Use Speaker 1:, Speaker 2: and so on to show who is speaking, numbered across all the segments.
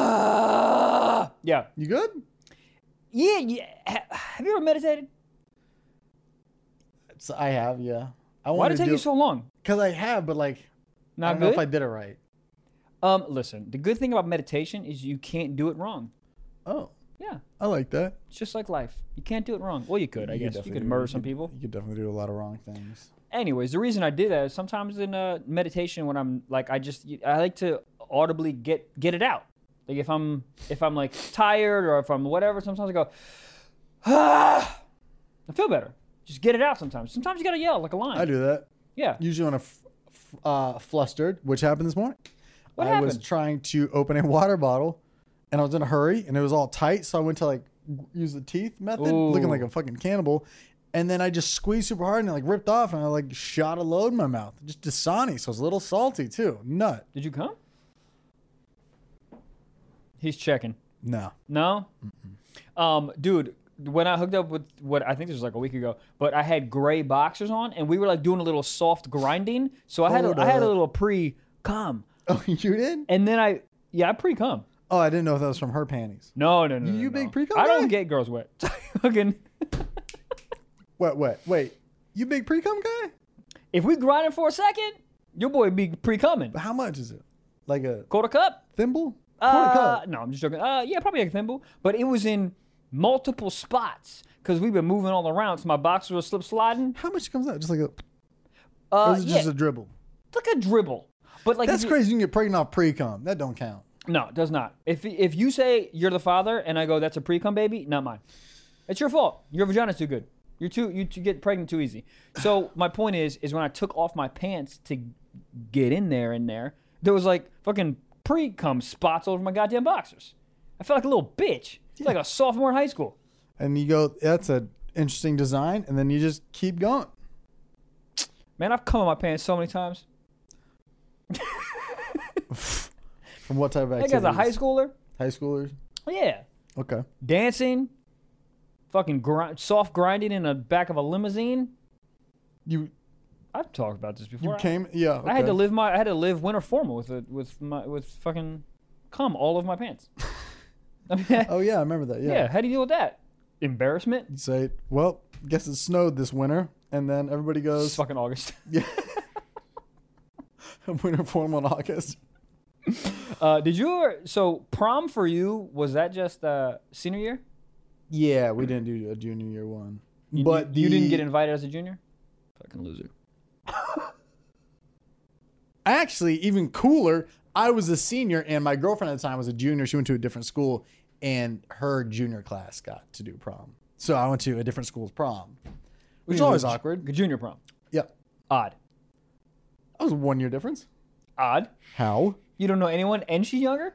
Speaker 1: Ah! yeah.
Speaker 2: You good?
Speaker 1: Yeah, yeah. Ha- Have you ever meditated?
Speaker 2: So I have, yeah. I
Speaker 1: Why
Speaker 2: want
Speaker 1: did it
Speaker 2: to
Speaker 1: take
Speaker 2: do
Speaker 1: you so long?
Speaker 2: because I have, but like I
Speaker 1: Not
Speaker 2: don't
Speaker 1: good.
Speaker 2: know if I did it right.
Speaker 1: Um, listen, the good thing about meditation is you can't do it wrong.
Speaker 2: Oh,
Speaker 1: Yeah,
Speaker 2: I like that.
Speaker 1: it's just like life. You can't do it wrong. Well, you could, I guess. You
Speaker 2: definitely
Speaker 1: could
Speaker 2: do-
Speaker 1: murder some
Speaker 2: could-
Speaker 1: people.
Speaker 2: You could definitely do a lot of wrong things.
Speaker 1: Anyways, the reason I do that is sometimes in uh, meditation when I'm like, I just I like to audibly get get it out. Like if I'm if I'm like tired or if I'm whatever, sometimes I go, ah, I feel better. Just get it out sometimes. Sometimes you gotta yell like a lion.
Speaker 2: I do that
Speaker 1: Yeah.
Speaker 2: usually when I'm f- f- uh, flustered, which happened this morning.
Speaker 1: What
Speaker 2: I was
Speaker 1: happened?
Speaker 2: trying to open a water bottle, and I was in a hurry, and it was all tight, so I went to like use the teeth method, looking like
Speaker 1: Ooh.
Speaker 2: a fucking cannibal. And then I just squeezed super hard and it like ripped off and I like shot a load in my mouth. Just Dasani, so it's a little salty too. Nut.
Speaker 1: Did you come? He's checking.
Speaker 2: No.
Speaker 1: No. Um, dude, when I hooked up with what I think this was like a week ago, but I had gray boxers on, and we were like doing a little soft grinding. So I had a,
Speaker 2: Hold
Speaker 1: I had a
Speaker 2: up.
Speaker 1: little pre cum,
Speaker 2: Oh, you did?
Speaker 1: and then I yeah I pre cum.
Speaker 2: Oh, I didn't know if that was from her panties.
Speaker 1: No, no, no. no, no.
Speaker 2: You big pre-cum
Speaker 1: I don't
Speaker 2: guy?
Speaker 1: get girls wet. Fucking.
Speaker 2: Wait, wait, wait. You big pre cum guy?
Speaker 1: if we grinding for a second, your boy be pre cumming.
Speaker 2: How much is it? Like a
Speaker 1: Quarter cup.
Speaker 2: thimble? Quarter
Speaker 1: Uh,
Speaker 2: cup.
Speaker 1: no, I'm just joking. Uh, yeah, probably like a thimble, but it was in multiple spots because we've been moving all around. So my boxers were slip sliding.
Speaker 2: How much comes out? Just like a.
Speaker 1: Uh,
Speaker 2: or is it
Speaker 1: yeah,
Speaker 2: just a dribble?
Speaker 1: it's like a dribble. But like
Speaker 2: That's
Speaker 1: if you-
Speaker 2: crazy. You can get pregnant off pre cum. That don't count.
Speaker 1: No, it does not. If if you say you're the father and I go that's a pre-cum baby, not mine. It's your fault. Your vagina's too good. You're too you t- get pregnant too easy. So my point is is when I took off my pants to get in there in there, there was like fucking pre-cum spots all over my goddamn boxers. I felt like a little bitch. It's like a sophomore in high school.
Speaker 2: And you go, that's an interesting design. And then you just keep going.
Speaker 1: Man, I've cum in my pants so many times.
Speaker 2: From what type of
Speaker 1: That
Speaker 2: activities?
Speaker 1: guy's a high schooler.
Speaker 2: High schoolers.
Speaker 1: Yeah,
Speaker 2: Okay.
Speaker 1: dancing, fucking gri- soft grinding in the back of a limousine.
Speaker 2: You
Speaker 1: I've talked about this before.
Speaker 2: you
Speaker 1: I-
Speaker 2: came. Yeah.
Speaker 1: I had
Speaker 2: okay.
Speaker 1: to live my I had to live winter formal with a, with my with fucking cum all over my pants. I mean, yeah.
Speaker 2: Oh yeah, I remember that. Yeah.
Speaker 1: how do you deal with that? Embarrassment.
Speaker 2: You say, well, guess it snowed this winter, and then everybody
Speaker 1: It's
Speaker 2: goes
Speaker 1: fucking August.
Speaker 2: yeah. winter formal in August.
Speaker 1: Uh, did you ever- so prom for you was that just uh, senior year?
Speaker 2: Yeah, we didn't do a junior year one,
Speaker 1: You,
Speaker 2: but
Speaker 1: you, you didn't
Speaker 2: the-
Speaker 1: get invited as a junior. Fucking loser.
Speaker 2: actually even cooler i was a senior and my girlfriend at the time was a junior she went to a different school and her junior class got to do prom so i went to a different school's prom which is always awkward
Speaker 1: Junior prom.
Speaker 2: yeah
Speaker 1: Odd.
Speaker 2: that was a one year difference
Speaker 1: Odd.
Speaker 2: how
Speaker 1: You don't know anyone, and she's younger.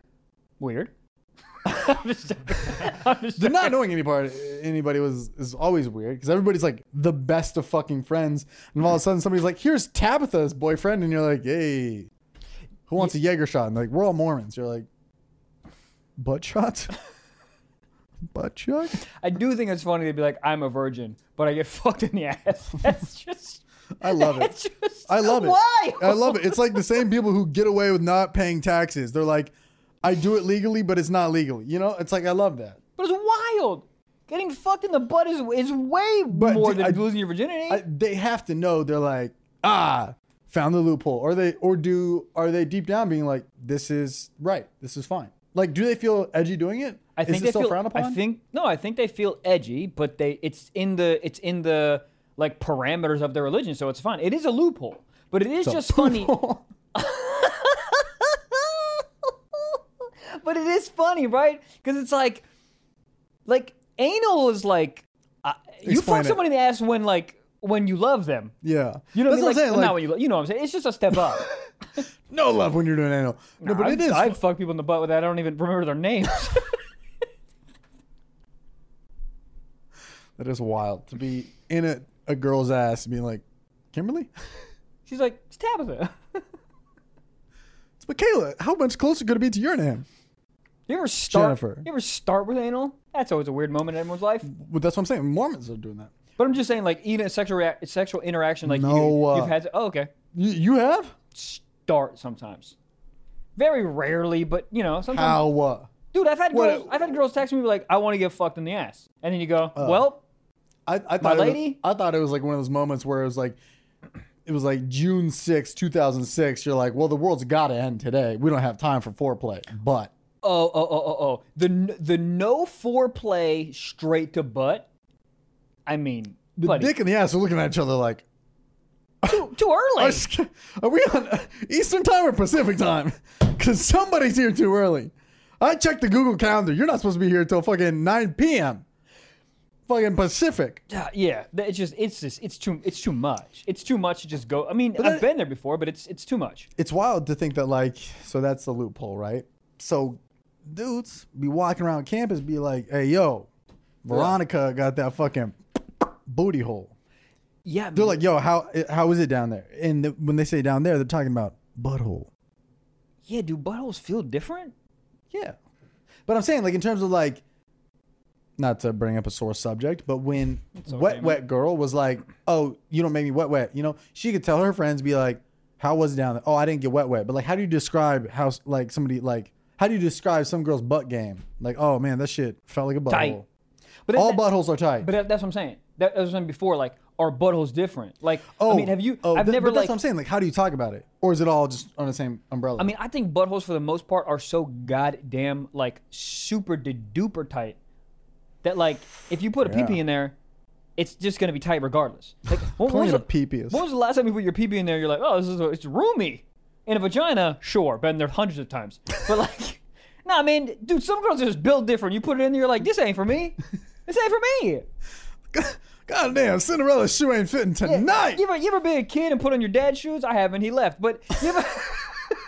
Speaker 1: Weird. I'm just joking. I'm just
Speaker 2: But
Speaker 1: joking.
Speaker 2: not knowing any part anybody was is always weird because everybody's like the best of fucking friends and all of a sudden somebody's like here's tabitha's boyfriend and you're like hey who wants a jaeger shot and they're like we're all mormons you're like butt shot butt shot
Speaker 1: I do think it's funny to be like, I'm a virgin, but I get fucked in the ass. That's just.
Speaker 2: I love it.
Speaker 1: It's just.
Speaker 2: I love it.
Speaker 1: Why?
Speaker 2: I love it. It's like the same people who get away with not paying taxes. They're like, I do it legally, but it's not legally. You know, it's like I love that.
Speaker 1: But it's wild. Getting fucked in the butt is is way more
Speaker 2: dude,
Speaker 1: than
Speaker 2: I-
Speaker 1: losing your virginity.
Speaker 2: I, they have to know. They're like, ah, found the loophole, or they, or do, are they deep down being like, this is right, this is fine. Like, do they feel edgy doing it?
Speaker 1: I
Speaker 2: Is it still
Speaker 1: feel.
Speaker 2: frowned upon?
Speaker 1: I think no. I think they feel edgy, but they it's in the it's in the like parameters of their religion, so it's fun. It is a loophole, but it is just funny. but it is funny, right? Because it's like, like anal is like uh, you
Speaker 2: Explain
Speaker 1: fuck
Speaker 2: it.
Speaker 1: somebody in the ass when like when you love them.
Speaker 2: yeah,
Speaker 1: You know
Speaker 2: that's
Speaker 1: what I mean? Like,
Speaker 2: what I'm
Speaker 1: not
Speaker 2: saying. like,
Speaker 1: when you, lo- you know what I'm saying. It's just a step up.
Speaker 2: no love when you're doing anal. No, but
Speaker 1: I've,
Speaker 2: it is.
Speaker 1: I've fucked people in the butt with that. I don't even remember their names.
Speaker 2: that is wild to be in a, a girl's ass and being like, Kimberly.
Speaker 1: She's like, it's Tabitha.
Speaker 2: But Kayla, how much closer could it be to your name?
Speaker 1: You ever start?
Speaker 2: Jennifer.
Speaker 1: You ever start with anal? That's always a weird moment in everyone's life.
Speaker 2: Well, that's what I'm saying. Mormons are doing that.
Speaker 1: But I'm just saying, like, even a sexual rea- sexual interaction, like
Speaker 2: No,
Speaker 1: you,
Speaker 2: uh,
Speaker 1: you've had. oh, okay.
Speaker 2: You, you have?
Speaker 1: Start sometimes. Very rarely, but you know, sometimes.
Speaker 2: How uh? what?
Speaker 1: Dude, I've had
Speaker 2: What-
Speaker 1: girls, I've had girls text me like, "I want to get fucked in the ass," and then you go,
Speaker 2: Oh.
Speaker 1: "Well,
Speaker 2: I, I thought it was-
Speaker 1: lady?
Speaker 2: I thought it was like one of those moments where it was like, it was like June 6, 2006. You're like, well, the world's got to end today. We don't have time for foreplay. But
Speaker 1: oh, oh, oh, oh, oh, the n- the no foreplay straight to butt." I mean,
Speaker 2: the
Speaker 1: buddy,
Speaker 2: dick and the ass are looking at each other like,
Speaker 1: too, too early.
Speaker 2: are, s- are we on Eastern time or Pacific time? Because somebody's here too early. I checked the Google calendar. You're not supposed to be here till fucking 9 p.m. Fucking Pacific.
Speaker 1: Yeah, yeah, th- it's just it's just it's too it's too much. It's too much to just go. I mean, I've
Speaker 2: that-
Speaker 1: been there before, but it's it's too much.
Speaker 2: It's wild to think that, like, so that's the loophole, right? So dudes be walking around campus, be like, hey, yo, Veronica got that fucking booty hole.
Speaker 1: Yeah,
Speaker 2: They're like, yo, how how is it down there? And the, when they say down there, they're talking about butthole.
Speaker 1: yeah, do buttholes feel different?
Speaker 2: Yeah. But I'm saying, like, in terms of like, not to bring up a sore subject, but when
Speaker 1: okay,
Speaker 2: Wet
Speaker 1: man.
Speaker 2: Wet Girl was like, oh, you don't make me wet wet, you know, she could tell her friends, be like, how was it down there? Oh, I didn't get wet wet. But like, how do you describe how, like, somebody, like, how do you describe some girl's butt game? Like, oh man, that shit felt like a
Speaker 1: Tight.
Speaker 2: butthole.
Speaker 1: But
Speaker 2: All
Speaker 1: that-
Speaker 2: buttholes are tight.
Speaker 1: But that, that's what I'm saying. That, that was what I'm saying before. Like, are buttholes different? Like, I mean, have you?
Speaker 2: oh,
Speaker 1: I've
Speaker 2: th-
Speaker 1: never
Speaker 2: But that's
Speaker 1: like.
Speaker 2: what I'm saying. Like, how do you talk about it? Or is it all just on the same umbrella?
Speaker 1: I mean, I think buttholes for the most part are so goddamn like super de duper tight that like if you put a pee pee
Speaker 2: Yeah.
Speaker 1: in there, it's just gonna be tight regardless. Like, when, when was
Speaker 2: Plenty
Speaker 1: the,
Speaker 2: of pee-pee is-
Speaker 1: when was the last time you put your pee pee in there? You're like, oh, this is a, it's roomy. In a vagina, sure, been there hundreds of times. But like, nah, I mean, dude, some girls are just built different. You put it in there, you're like, this ain't for me. This ain't for me.
Speaker 2: God damn, Cinderella's shoe ain't fitting tonight.
Speaker 1: You ever, you ever been a kid and put on your dad's shoes? I haven't. He left. But you ever.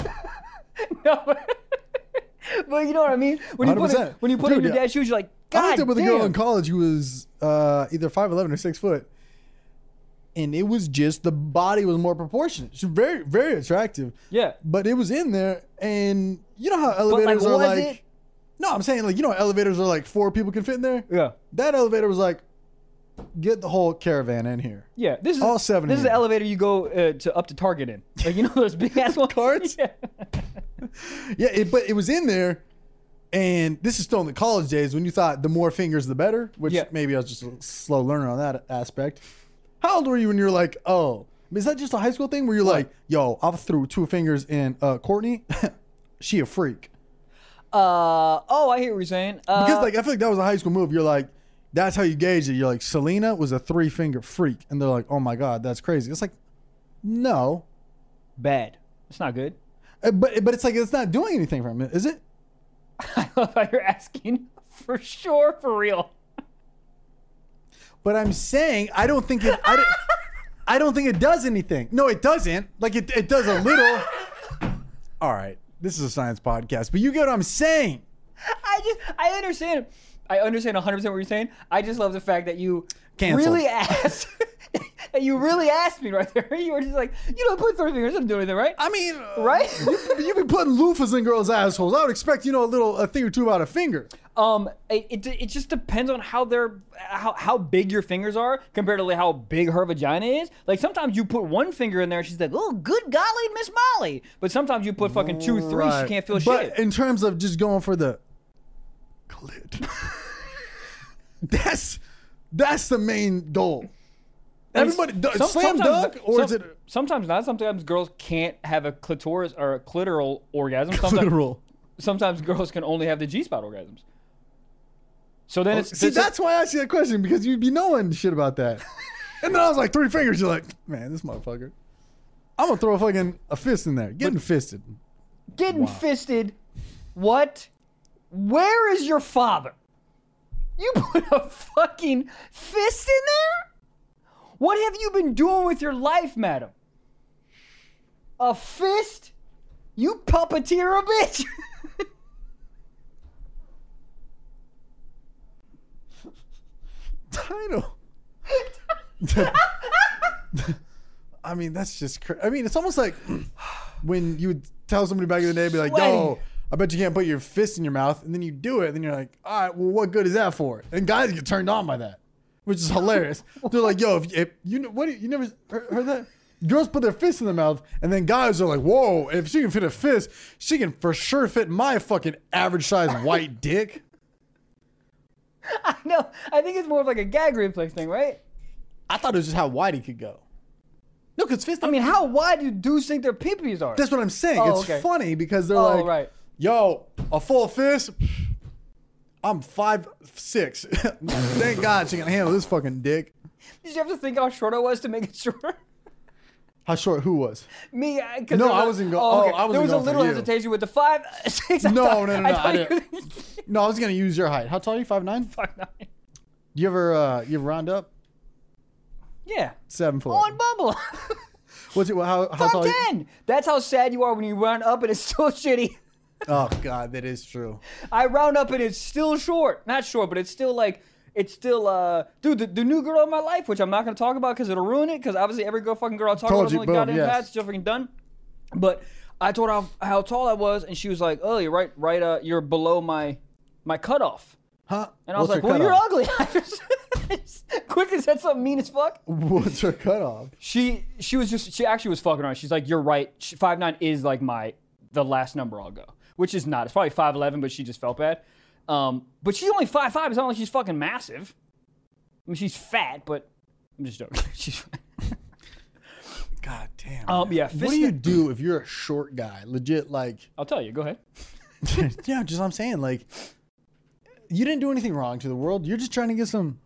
Speaker 1: no. But, but you know what I mean? When you put, it,
Speaker 2: 100%.
Speaker 1: when you put on
Speaker 2: Dude,
Speaker 1: your
Speaker 2: yeah.
Speaker 1: dad's shoes, you're like,
Speaker 2: I
Speaker 1: God
Speaker 2: hooked up with
Speaker 1: damn.
Speaker 2: a girl in college who was uh, either five eleven or six foot, and it was just the body was more proportionate. She's very very attractive.
Speaker 1: Yeah.
Speaker 2: but it was in there, and you know how
Speaker 1: like,
Speaker 2: elevators are
Speaker 1: was
Speaker 2: like.
Speaker 1: it?
Speaker 2: No, I'm saying like you know how elevators are like four people can fit in there.
Speaker 1: Yeah.
Speaker 2: That elevator was like, get the whole caravan in here.
Speaker 1: Yeah. This is
Speaker 2: All seven
Speaker 1: This
Speaker 2: of
Speaker 1: is the
Speaker 2: you.
Speaker 1: elevator you go uh, to up to Target in. Like, you know those big ass ones?
Speaker 2: Carts?
Speaker 1: Yeah.
Speaker 2: Yeah, it, but it was in there, and this is still in the college days when you thought the more fingers the better. Which
Speaker 1: Yeah.
Speaker 2: maybe I was just a slow learner on that aspect. How old were you when you were like, oh, is that just a high school thing where you're like, yo, I threw two fingers in uh, Courtney, she a freak?
Speaker 1: Uh, oh, I hear what you're saying. Uh,
Speaker 2: Because like I feel like that was a high school move. You're like, that's how you gauge it. You're like, Selena was a three finger freak, and they're like, oh my god, that's crazy. It's like, no,
Speaker 1: bad. It's not good.
Speaker 2: Uh, but but it's like it's not doing anything for him, is it?
Speaker 1: I love how you're asking for sure, for real.
Speaker 2: But I'm saying I don't think it. I don't, I don't think it does anything. No, it doesn't. Like it, it does a little. All right, this is a science podcast, but you get what I'm saying.
Speaker 1: I just I understand I understand 100 percent what you're saying. I just love the fact that you
Speaker 2: Canceled.
Speaker 1: really asked that you really asked me right there. You were just like, you don't put three fingers, I'm doing anything, right?
Speaker 2: I mean, uh,
Speaker 1: Right?
Speaker 2: You, you be putting loofahs in girls' assholes. I would expect you know a little a thing or two about a finger.
Speaker 1: Um, it, it, it just depends on how they're how, how big your fingers are compared to how big her vagina is. Like sometimes you put one finger in there, and she's like, oh, good golly, Miss Molly. But sometimes you put fucking two, three, she can't feel
Speaker 2: but uh,
Speaker 1: shit.
Speaker 2: in terms of just going for the clit, that's that's the main goal. Everybody,
Speaker 1: Some-
Speaker 2: slam
Speaker 1: sometimes-
Speaker 2: dunk, or
Speaker 1: some-
Speaker 2: is it
Speaker 1: sometimes not? Sometimes girls can't have a clitoris or a clitoral orgasm. Sometimes,
Speaker 2: literal?
Speaker 1: sometimes girls can only have the G spot orgasms. So then it's
Speaker 2: See,
Speaker 1: this is-
Speaker 2: that's why I asked you that question because you'd be knowing shit about that. and then I was like, three fingers. You're like, man, this motherfucker. I'm gonna throw a fucking a fist in there, getting fisted.
Speaker 1: getting fisted. What? Where is your father? You put a fucking fist in there? What have you been doing with your life, madam? A fist? You puppeteer a bitch.
Speaker 2: Title. I mean, that's just. Cra- I mean, it's almost like when you would tell somebody back in the day, be like, "Yo,
Speaker 1: Sweaty.
Speaker 2: I bet you can't put your fist in your mouth," and then you do it, and then you're like, "All right, well, what good is that for?" And guys get turned on by that, which is hilarious. They're like, "Yo, if, if you know what do you you never heard, heard that." Girls put their fists in their mouth, and then guys are like, "Whoa! If she can fit a fist, she can for sure fit my fucking average size white dick."
Speaker 1: I know. I think it's more of like a gag reflex thing, right?
Speaker 2: I thought it was just how wide he could go. No, because fists.
Speaker 1: I mean, how wide do dudes think their peepees are?
Speaker 2: That's what I'm saying.
Speaker 1: Oh,
Speaker 2: it's
Speaker 1: okay.
Speaker 2: funny because they're
Speaker 1: oh,
Speaker 2: like,
Speaker 1: right.
Speaker 2: "Yo, a full fist." I'm five six. Thank God she can handle this fucking dick.
Speaker 1: Did you have to think how short I was to make it shorter?
Speaker 2: How short? Who was?
Speaker 1: Me, I- 'cause there
Speaker 2: No,
Speaker 1: was
Speaker 2: I
Speaker 1: a-
Speaker 2: wasn't go- oh, I wasn't
Speaker 1: There was a
Speaker 2: going for
Speaker 1: little
Speaker 2: you.
Speaker 1: hesitation with the five, uh, six. I
Speaker 2: No,
Speaker 1: thought-
Speaker 2: no, no,
Speaker 1: I
Speaker 2: no, I
Speaker 1: thought you
Speaker 2: didn't.
Speaker 1: were thinking
Speaker 2: No, I was gonna use your height. How tall are you? Five nine.
Speaker 1: five, nine.
Speaker 2: You ever uh, you ever round up?
Speaker 1: Yeah.
Speaker 2: Seven foot.
Speaker 1: On Bumble.
Speaker 2: What's it? How, how
Speaker 1: Top
Speaker 2: tall? are you?
Speaker 1: 10. That's how sad you are when you round up and it's still shitty.
Speaker 2: Oh God, that is true.
Speaker 1: I round up and it's still short. Not short, but it's still like it's still uh dude the, the new girl of my life, which I'm not gonna talk about because it'll ruin it. Because obviously every girl fucking girl I talk
Speaker 2: Told
Speaker 1: about is
Speaker 2: you,
Speaker 1: only
Speaker 2: boom,
Speaker 1: goddamn
Speaker 2: yes.
Speaker 1: past, still freaking done. But I told her how, how tall I was, and she was like, "Oh, you're right, right. Uh, you're below my my cutoff."
Speaker 2: Huh?
Speaker 1: And I was
Speaker 2: What's
Speaker 1: like,
Speaker 2: her
Speaker 1: "Well, you're ugly."
Speaker 2: cutoff?
Speaker 1: I just, I just quickly said something mean as fuck.
Speaker 2: What's her cutoff?
Speaker 1: She she was just she actually was fucking around. She's like, "You're right. Five nine is like my the last number I'll go," which is not. It's probably five eleven, but she just felt bad. Um, but she's only five five. It's not like she's fucking massive. I mean, she's fat, but I'm just joking. she's fat.
Speaker 2: God damn.
Speaker 1: Um,
Speaker 2: man.
Speaker 1: yeah,
Speaker 2: What
Speaker 1: fist-
Speaker 2: do you do if you're a short guy? Legit, like,
Speaker 1: I'll tell you. Go ahead.
Speaker 2: yeah, just what I'm saying, like, you didn't do anything wrong to the world. You're just trying to get some.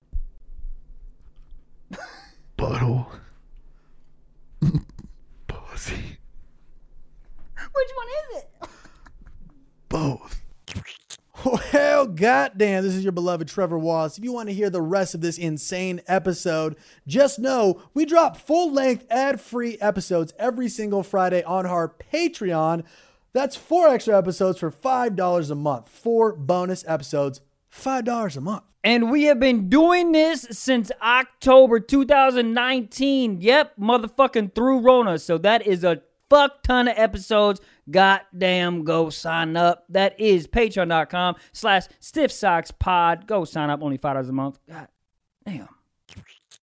Speaker 2: Butthole. Pussy.
Speaker 1: Which one is it?
Speaker 2: both. Well, goddamn, this is your beloved Trevor Wallace. If you want to hear the rest of this insane episode, just know we drop full length ad free episodes every single Friday on our Patreon. That's four extra episodes for $5 a month. Four bonus episodes, $5 a month.
Speaker 1: And we have been doing this since October 2019. Yep, motherfucking through Rona. So that is a fuck ton of episodes. Goddamn, go sign up. That is patreon.com slash stiff socks pod. Go sign up, only $5 a month. God damn.